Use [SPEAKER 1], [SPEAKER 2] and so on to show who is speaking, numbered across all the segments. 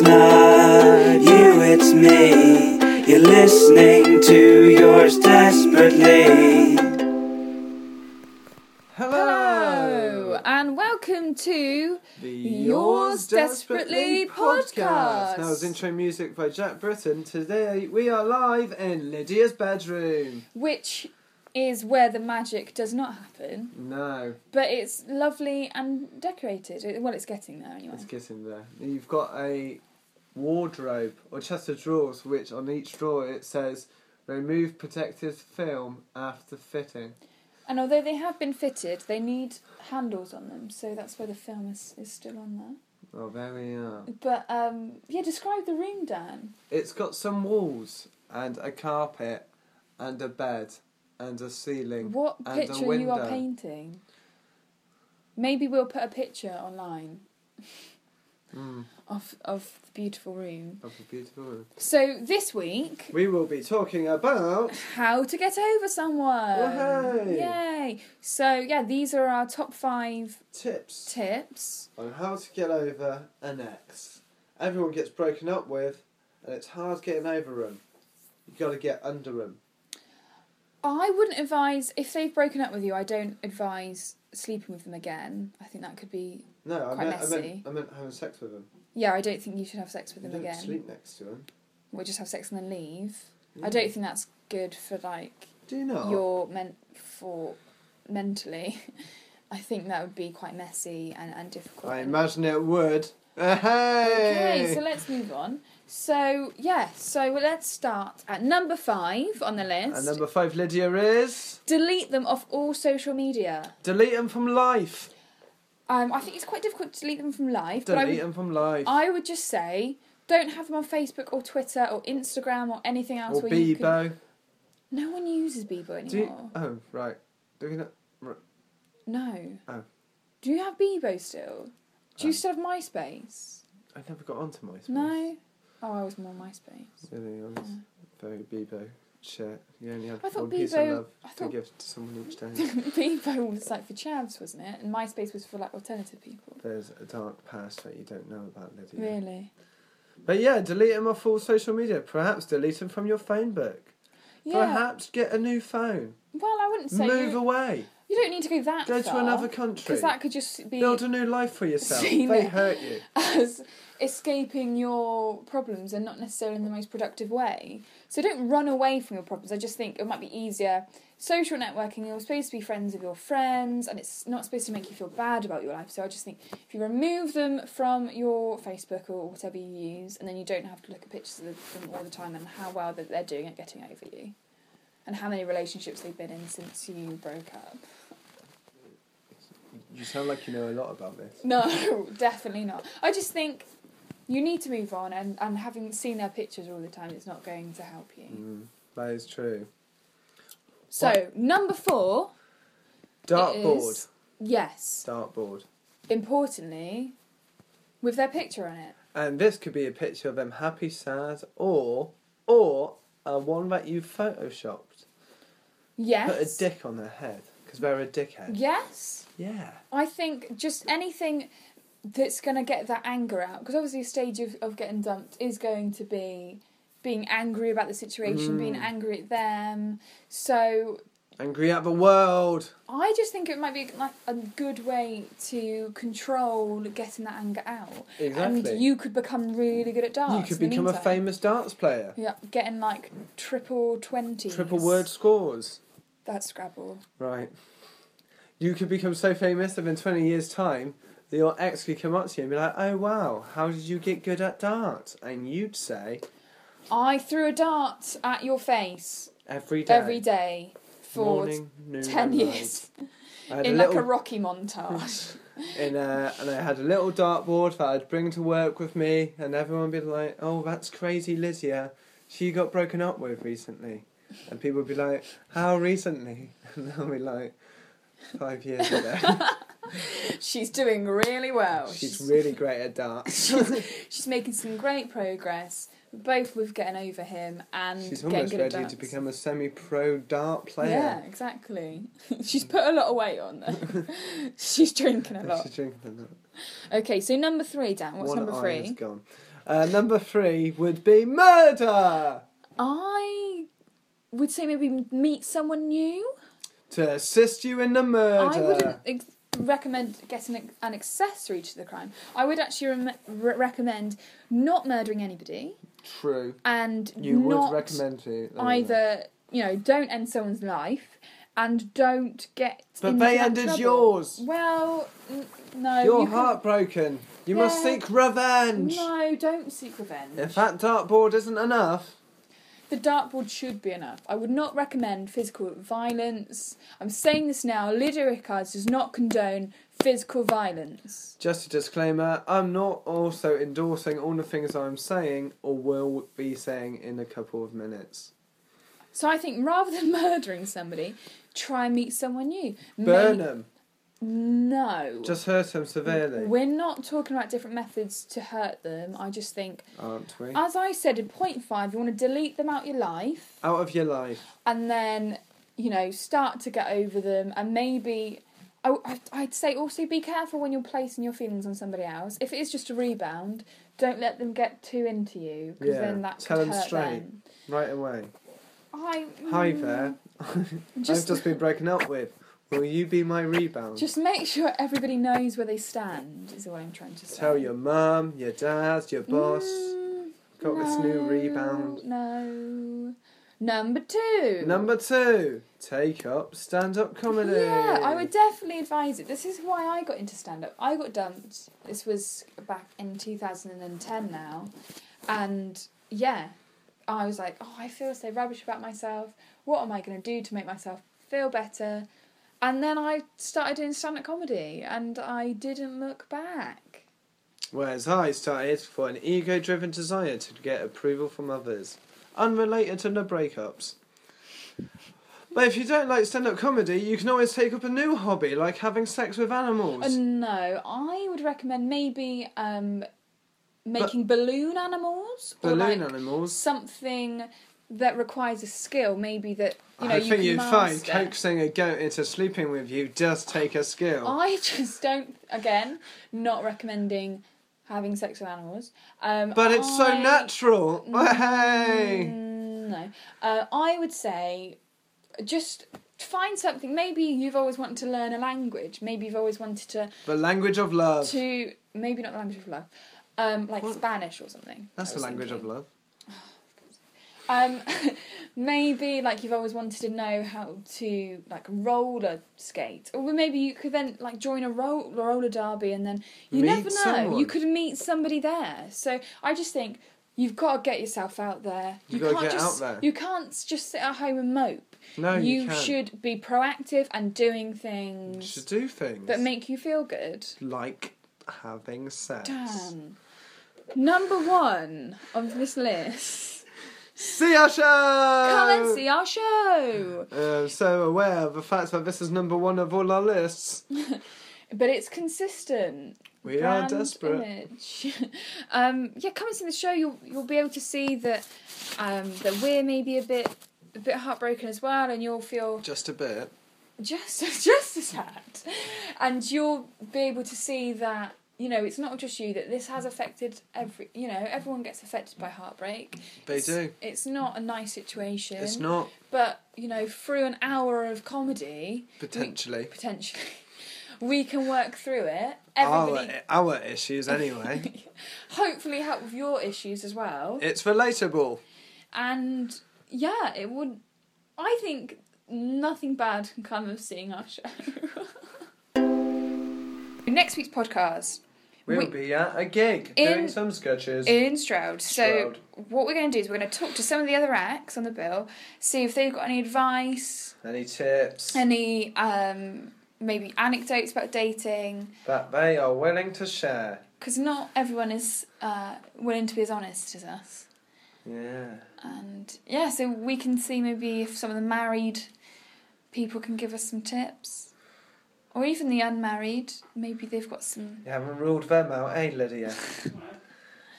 [SPEAKER 1] not you, it's me. You're listening to yours desperately.
[SPEAKER 2] Hello
[SPEAKER 3] Oh.
[SPEAKER 2] and welcome to
[SPEAKER 3] The
[SPEAKER 2] Yours Desperately podcast.
[SPEAKER 3] That was intro music by Jack Britton. Today we are live in Lydia's bedroom.
[SPEAKER 2] which is where the magic does not happen,
[SPEAKER 3] No,
[SPEAKER 2] but it's lovely and decorated. It- Well, it's getting there anyway.
[SPEAKER 3] it's getting there. You've got a wardrobe or chest of drawers, which on each drawer it says remove protective film after fitting.
[SPEAKER 2] And although they have been fitted, they need handles on them, so that's why the film is, is still on
[SPEAKER 3] Oh, there we are.
[SPEAKER 2] there. But um, yeah, describe the room, Dan.
[SPEAKER 3] It's got some walls and a carpet and a bed and a ceiling.
[SPEAKER 2] What
[SPEAKER 3] And a
[SPEAKER 2] picture you are
[SPEAKER 3] window.
[SPEAKER 2] painting? Maybe we'll put a picture online
[SPEAKER 3] Mm,
[SPEAKER 2] of of the beautiful room.
[SPEAKER 3] of a beautiful room.
[SPEAKER 2] So this week
[SPEAKER 3] We will be talking about
[SPEAKER 2] How to get over someone.
[SPEAKER 3] Wahey.
[SPEAKER 2] Yay. So, yeah, these are our top five
[SPEAKER 3] tips.
[SPEAKER 2] tips.
[SPEAKER 3] on how to get over an ex. Everyone gets broken up with, and it's hard getting over 'em. you got to get under 'em.
[SPEAKER 2] I wouldn't advise, if they've broken up with you, I don't advise sleeping with them again. I think that could be.
[SPEAKER 3] No, I
[SPEAKER 2] Quite
[SPEAKER 3] meant, I
[SPEAKER 2] messy.
[SPEAKER 3] meant I meant having sex with them.
[SPEAKER 2] Yeah, I don't think you should have sex with
[SPEAKER 3] You
[SPEAKER 2] them
[SPEAKER 3] don't
[SPEAKER 2] again.
[SPEAKER 3] sleep Mm. next to them.
[SPEAKER 2] We'll just have sex and then leave. I don't think that's good for, like,
[SPEAKER 3] Do you not?
[SPEAKER 2] your meant for mentally. I think that would be quite messy and, and difficult.
[SPEAKER 3] I
[SPEAKER 2] and-
[SPEAKER 3] imagine it would. Hey!
[SPEAKER 2] Okay, so let's move on. So yeah, so let's start at number five on the list.
[SPEAKER 3] and number five, Lydia is
[SPEAKER 2] Delete them off all social media.
[SPEAKER 3] delete 'em from life.
[SPEAKER 2] Um, I think it's quite difficult to delete them from life. but I
[SPEAKER 3] Delete
[SPEAKER 2] would,
[SPEAKER 3] 'em from life.
[SPEAKER 2] I would just say don't have them on Facebook or Twitter or Instagram or anything else.
[SPEAKER 3] or
[SPEAKER 2] where you can-
[SPEAKER 3] Bebo.
[SPEAKER 2] No one uses Bebo
[SPEAKER 3] Do
[SPEAKER 2] anymore.
[SPEAKER 3] you, oh right. Do we not,
[SPEAKER 2] No.
[SPEAKER 3] Oh.
[SPEAKER 2] Do you have Bebo still? Do you
[SPEAKER 3] Um,
[SPEAKER 2] still have MySpace?
[SPEAKER 3] I never got onto MySpace.
[SPEAKER 2] No. Oh, I was more MySpace.
[SPEAKER 3] Really, I was very Bebo. Shit, you only have
[SPEAKER 2] Mm. I thought
[SPEAKER 3] one piece of
[SPEAKER 2] Bebo-
[SPEAKER 3] love
[SPEAKER 2] I
[SPEAKER 3] to
[SPEAKER 2] thought
[SPEAKER 3] give to someone each day.
[SPEAKER 2] Bebo was like for chavs, wasn't it? And MySpace was for like alternative people.
[SPEAKER 3] There's a dark past that you don't know about, Lydia.
[SPEAKER 2] Really?
[SPEAKER 3] But yeah, delete them off all social media. Perhaps delete them from your phone book.
[SPEAKER 2] Yeah.
[SPEAKER 3] Perhaps get a new phone.
[SPEAKER 2] Well, I wouldn't say
[SPEAKER 3] Move
[SPEAKER 2] you,
[SPEAKER 3] away.
[SPEAKER 2] you don't need to go that
[SPEAKER 3] Go
[SPEAKER 2] far.
[SPEAKER 3] to another country.
[SPEAKER 2] because that could just be
[SPEAKER 3] Build a new life for yourself.
[SPEAKER 2] Seen
[SPEAKER 3] they
[SPEAKER 2] it.
[SPEAKER 3] hurt you.
[SPEAKER 2] as escaping your problems and not necessarily in the most productive way. So don't run away from your problems. I just think it might be easier. Social networking, you're supposed to be friends with your friends, and it's not supposed to make you feel bad about your life. So I just think if you remove them from your Facebook or whatever you use, and then you don't have to look at pictures of them all the time and how well that they're doing at getting over you, and how many relationships they've been in since you broke up.
[SPEAKER 3] You sound like you know a lot about this.
[SPEAKER 2] No, definitely not. I just think you need to move on, and, and having seen their pictures all the time, it's not going to help you.
[SPEAKER 3] Mm, that is true.
[SPEAKER 2] So, number four. it
[SPEAKER 3] Dartboard.
[SPEAKER 2] is- Yes.
[SPEAKER 3] Dartboard.
[SPEAKER 2] Importantly, with their picture on it.
[SPEAKER 3] And this could be a picture of them happy, sad, or or a one that you photoshopped. Put a
[SPEAKER 2] Yes.
[SPEAKER 3] dick on their head because they're a dickhead.
[SPEAKER 2] yes.
[SPEAKER 3] Yeah.
[SPEAKER 2] I think just anything that's going to get that anger out, because obviously, a stage of, of getting dumped is going to be being angry about the situation, being
[SPEAKER 3] Mm.
[SPEAKER 2] angry at them. So,
[SPEAKER 3] Angry at the world.
[SPEAKER 2] I just think it might be like a good way to control getting that anger out,
[SPEAKER 3] Exactly.
[SPEAKER 2] and you could become really good at darts.
[SPEAKER 3] You could become a
[SPEAKER 2] famous.
[SPEAKER 3] famous darts player.
[SPEAKER 2] Yeah, getting like triple twenty.
[SPEAKER 3] Triple word scores.
[SPEAKER 2] That's Scrabble.
[SPEAKER 3] Right. You could become so famous that in 20 years' time, that your ex could come up to you and be like, oh wow, how did you get good at darts? And you'd say,
[SPEAKER 2] I threw a dart at your face
[SPEAKER 3] every day.
[SPEAKER 2] every day for
[SPEAKER 3] Morning, noon,
[SPEAKER 2] ten
[SPEAKER 3] and night."
[SPEAKER 2] years
[SPEAKER 3] I had
[SPEAKER 2] in
[SPEAKER 3] a
[SPEAKER 2] like
[SPEAKER 3] little,
[SPEAKER 2] a Rocky montage.
[SPEAKER 3] in a, and I had a little dartboard that I'd bring to work with me, and everyone would be like, oh, that's crazy Lydia. She got broken up with recently. And people would be like, how recently? And I'll be like, five years ago.
[SPEAKER 2] She's doing really well.
[SPEAKER 3] She's really great at darts.
[SPEAKER 2] she's making some great progress, both with getting over him and
[SPEAKER 3] She's
[SPEAKER 2] getting
[SPEAKER 3] almost
[SPEAKER 2] good at
[SPEAKER 3] ready
[SPEAKER 2] darts.
[SPEAKER 3] to become a semi-pro dart
[SPEAKER 2] Yeah,
[SPEAKER 3] player.
[SPEAKER 2] exactly. She's put a lot of weight on though. She's drinking a lot.
[SPEAKER 3] She's drinking a lot.
[SPEAKER 2] Okay, so number three, Dan. What's
[SPEAKER 3] One
[SPEAKER 2] number
[SPEAKER 3] eye
[SPEAKER 2] three?
[SPEAKER 3] is gone. Uh, number three would be murder.
[SPEAKER 2] I would say maybe meet someone new.
[SPEAKER 3] To assist you in the
[SPEAKER 2] I
[SPEAKER 3] murder.
[SPEAKER 2] wouldn't ex- recommend getting an accessory to the crime. I would actually rem- re- recommend not murdering anybody
[SPEAKER 3] True.
[SPEAKER 2] and
[SPEAKER 3] You
[SPEAKER 2] not
[SPEAKER 3] would recommend to though,
[SPEAKER 2] either, you know, don't end someone's life and don't get.
[SPEAKER 3] But
[SPEAKER 2] into
[SPEAKER 3] they
[SPEAKER 2] that
[SPEAKER 3] ended
[SPEAKER 2] trouble.
[SPEAKER 3] yours.
[SPEAKER 2] Well, n- no.
[SPEAKER 3] You're
[SPEAKER 2] you can-
[SPEAKER 3] heartbroken. You must
[SPEAKER 2] Yeah.
[SPEAKER 3] seek revenge.
[SPEAKER 2] No, don't seek revenge.
[SPEAKER 3] If that dartboard isn't enough,
[SPEAKER 2] The dartboard should be enough. I would not recommend physical violence. I'm saying this now. Lydia Rickards does not condone physical violence.
[SPEAKER 3] just a disclaimer, I'm not also endorsing all the things I'm saying or will be saying in a couple of minutes.
[SPEAKER 2] So I think rather than murdering somebody, try and meet someone new. May-
[SPEAKER 3] Burn them.
[SPEAKER 2] No.
[SPEAKER 3] Just hurt them severely,
[SPEAKER 2] We're not talking about different methods to hurt them. I just think,
[SPEAKER 3] aren't we?
[SPEAKER 2] as I said in point five, you want to delete them out your life
[SPEAKER 3] Out of your life.
[SPEAKER 2] and then, you know, start to get over them and maybe. I, I- I'd say also be careful when you're placing your feelings on somebody else. If it is just a rebound, don't let them get too into you because
[SPEAKER 3] Yeah,
[SPEAKER 2] then that
[SPEAKER 3] tell
[SPEAKER 2] could
[SPEAKER 3] them
[SPEAKER 2] hurt
[SPEAKER 3] straight.
[SPEAKER 2] them.
[SPEAKER 3] Right away.
[SPEAKER 2] I,
[SPEAKER 3] Hi
[SPEAKER 2] mm,
[SPEAKER 3] there. I've
[SPEAKER 2] Just,
[SPEAKER 3] just been broken up with. Will you be my rebound?
[SPEAKER 2] Just make sure everybody knows where they stand, is what I'm trying to say.
[SPEAKER 3] Tell your mum, your dad, your boss.
[SPEAKER 2] Mm,
[SPEAKER 3] Got this new rebound.
[SPEAKER 2] No. Number two.
[SPEAKER 3] Number two, take up stand up comedy.
[SPEAKER 2] Yeah, I would definitely advise it. This is why I got into stand up. I got dumped. This was back in 2010 now. And yeah, I was like, oh, I feel so rubbish about myself. What am I going to do to make myself feel better? And then I started doing stand up comedy and I didn't look back.
[SPEAKER 3] Whereas I started for an ego driven desire to get approval from others, unrelated to the breakups. But if you don't like stand up comedy, you can always take up a new hobby like having sex with animals.
[SPEAKER 2] Uh, no, I would recommend maybe um, making balloon animals or
[SPEAKER 3] Balloon
[SPEAKER 2] like
[SPEAKER 3] animals.
[SPEAKER 2] something that requires a skill. Maybe that you know
[SPEAKER 3] I
[SPEAKER 2] you
[SPEAKER 3] think
[SPEAKER 2] can
[SPEAKER 3] you'd find
[SPEAKER 2] master.
[SPEAKER 3] coaxing a goat into sleeping with you does take a skill.
[SPEAKER 2] I just don't. Again, not recommending having sex with animals. Um,
[SPEAKER 3] but it's so
[SPEAKER 2] I-
[SPEAKER 3] natural. Hey!
[SPEAKER 2] Mm, no, uh, I would say just find something. Maybe you've always wanted to learn a language. Maybe you've always wanted to
[SPEAKER 3] The language of love.
[SPEAKER 2] to maybe not the language of love, um, like
[SPEAKER 3] What?
[SPEAKER 2] Spanish or something.
[SPEAKER 3] That's
[SPEAKER 2] I
[SPEAKER 3] the
[SPEAKER 2] was
[SPEAKER 3] language of
[SPEAKER 2] thinking.
[SPEAKER 3] love.
[SPEAKER 2] Um, maybe like you've always wanted to know how to like roller skate, or maybe you could then like join a roll, roller derby, and then you
[SPEAKER 3] Meet
[SPEAKER 2] never know,
[SPEAKER 3] someone.
[SPEAKER 2] you could meet somebody there. So I just think you've got to get yourself out there.
[SPEAKER 3] You gotta get
[SPEAKER 2] just
[SPEAKER 3] out there.
[SPEAKER 2] you can't just sit at home and mope.
[SPEAKER 3] No, you, can.
[SPEAKER 2] should be proactive and doing
[SPEAKER 3] You
[SPEAKER 2] things
[SPEAKER 3] should do things.
[SPEAKER 2] that make you feel good.
[SPEAKER 3] like having sex.
[SPEAKER 2] Damn. Number one of this list.
[SPEAKER 3] See our show!
[SPEAKER 2] Come and see our show.
[SPEAKER 3] Um, so aware of the fact that this is number one of all our lists.
[SPEAKER 2] But it's consistent.
[SPEAKER 3] We
[SPEAKER 2] Brand
[SPEAKER 3] are desperate.
[SPEAKER 2] Image. um, yeah, come and see the show. You'll you'll be able to see that um, that we're maybe a bit a bit heartbroken as well, and you'll feel
[SPEAKER 3] Just a bit.
[SPEAKER 2] just just as sad, and you'll be able to see that you know it's not just you that this has affected every you know everyone gets affected by heartbreak.
[SPEAKER 3] They
[SPEAKER 2] It's-
[SPEAKER 3] do.
[SPEAKER 2] It's not a nice situation.
[SPEAKER 3] It's not
[SPEAKER 2] But you know, through an hour of comedy,
[SPEAKER 3] potentially
[SPEAKER 2] potentially, we can work through it.
[SPEAKER 3] our,
[SPEAKER 2] Everybody,
[SPEAKER 3] our issues anyway.
[SPEAKER 2] hopefully, help with your issues as well.
[SPEAKER 3] it's relatable.
[SPEAKER 2] And yeah, it would. I think nothing bad can come of seeing our show. Next week's podcast
[SPEAKER 3] We'll
[SPEAKER 2] We-
[SPEAKER 3] be at a gig
[SPEAKER 2] In-
[SPEAKER 3] doing some sketches.
[SPEAKER 2] in Stroud. So
[SPEAKER 3] Stroud.
[SPEAKER 2] what we're going to do is we're going to talk to some of the other acts on the bill, see if they've got any advice,
[SPEAKER 3] Any tips
[SPEAKER 2] any um, maybe anecdotes about dating.
[SPEAKER 3] that they are willing to share?
[SPEAKER 2] because not everyone is uh, willing to be as honest as us.
[SPEAKER 3] Yeah.
[SPEAKER 2] And yeah, so we can see maybe if some of the married people can give us some tips, or even the unmarried. Maybe they've got some.
[SPEAKER 3] You haven't ruled them out, eh, Lydia?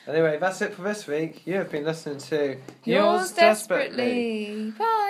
[SPEAKER 3] anyway, that's it for this week. You have been listening to
[SPEAKER 2] Yours desperately. Bye.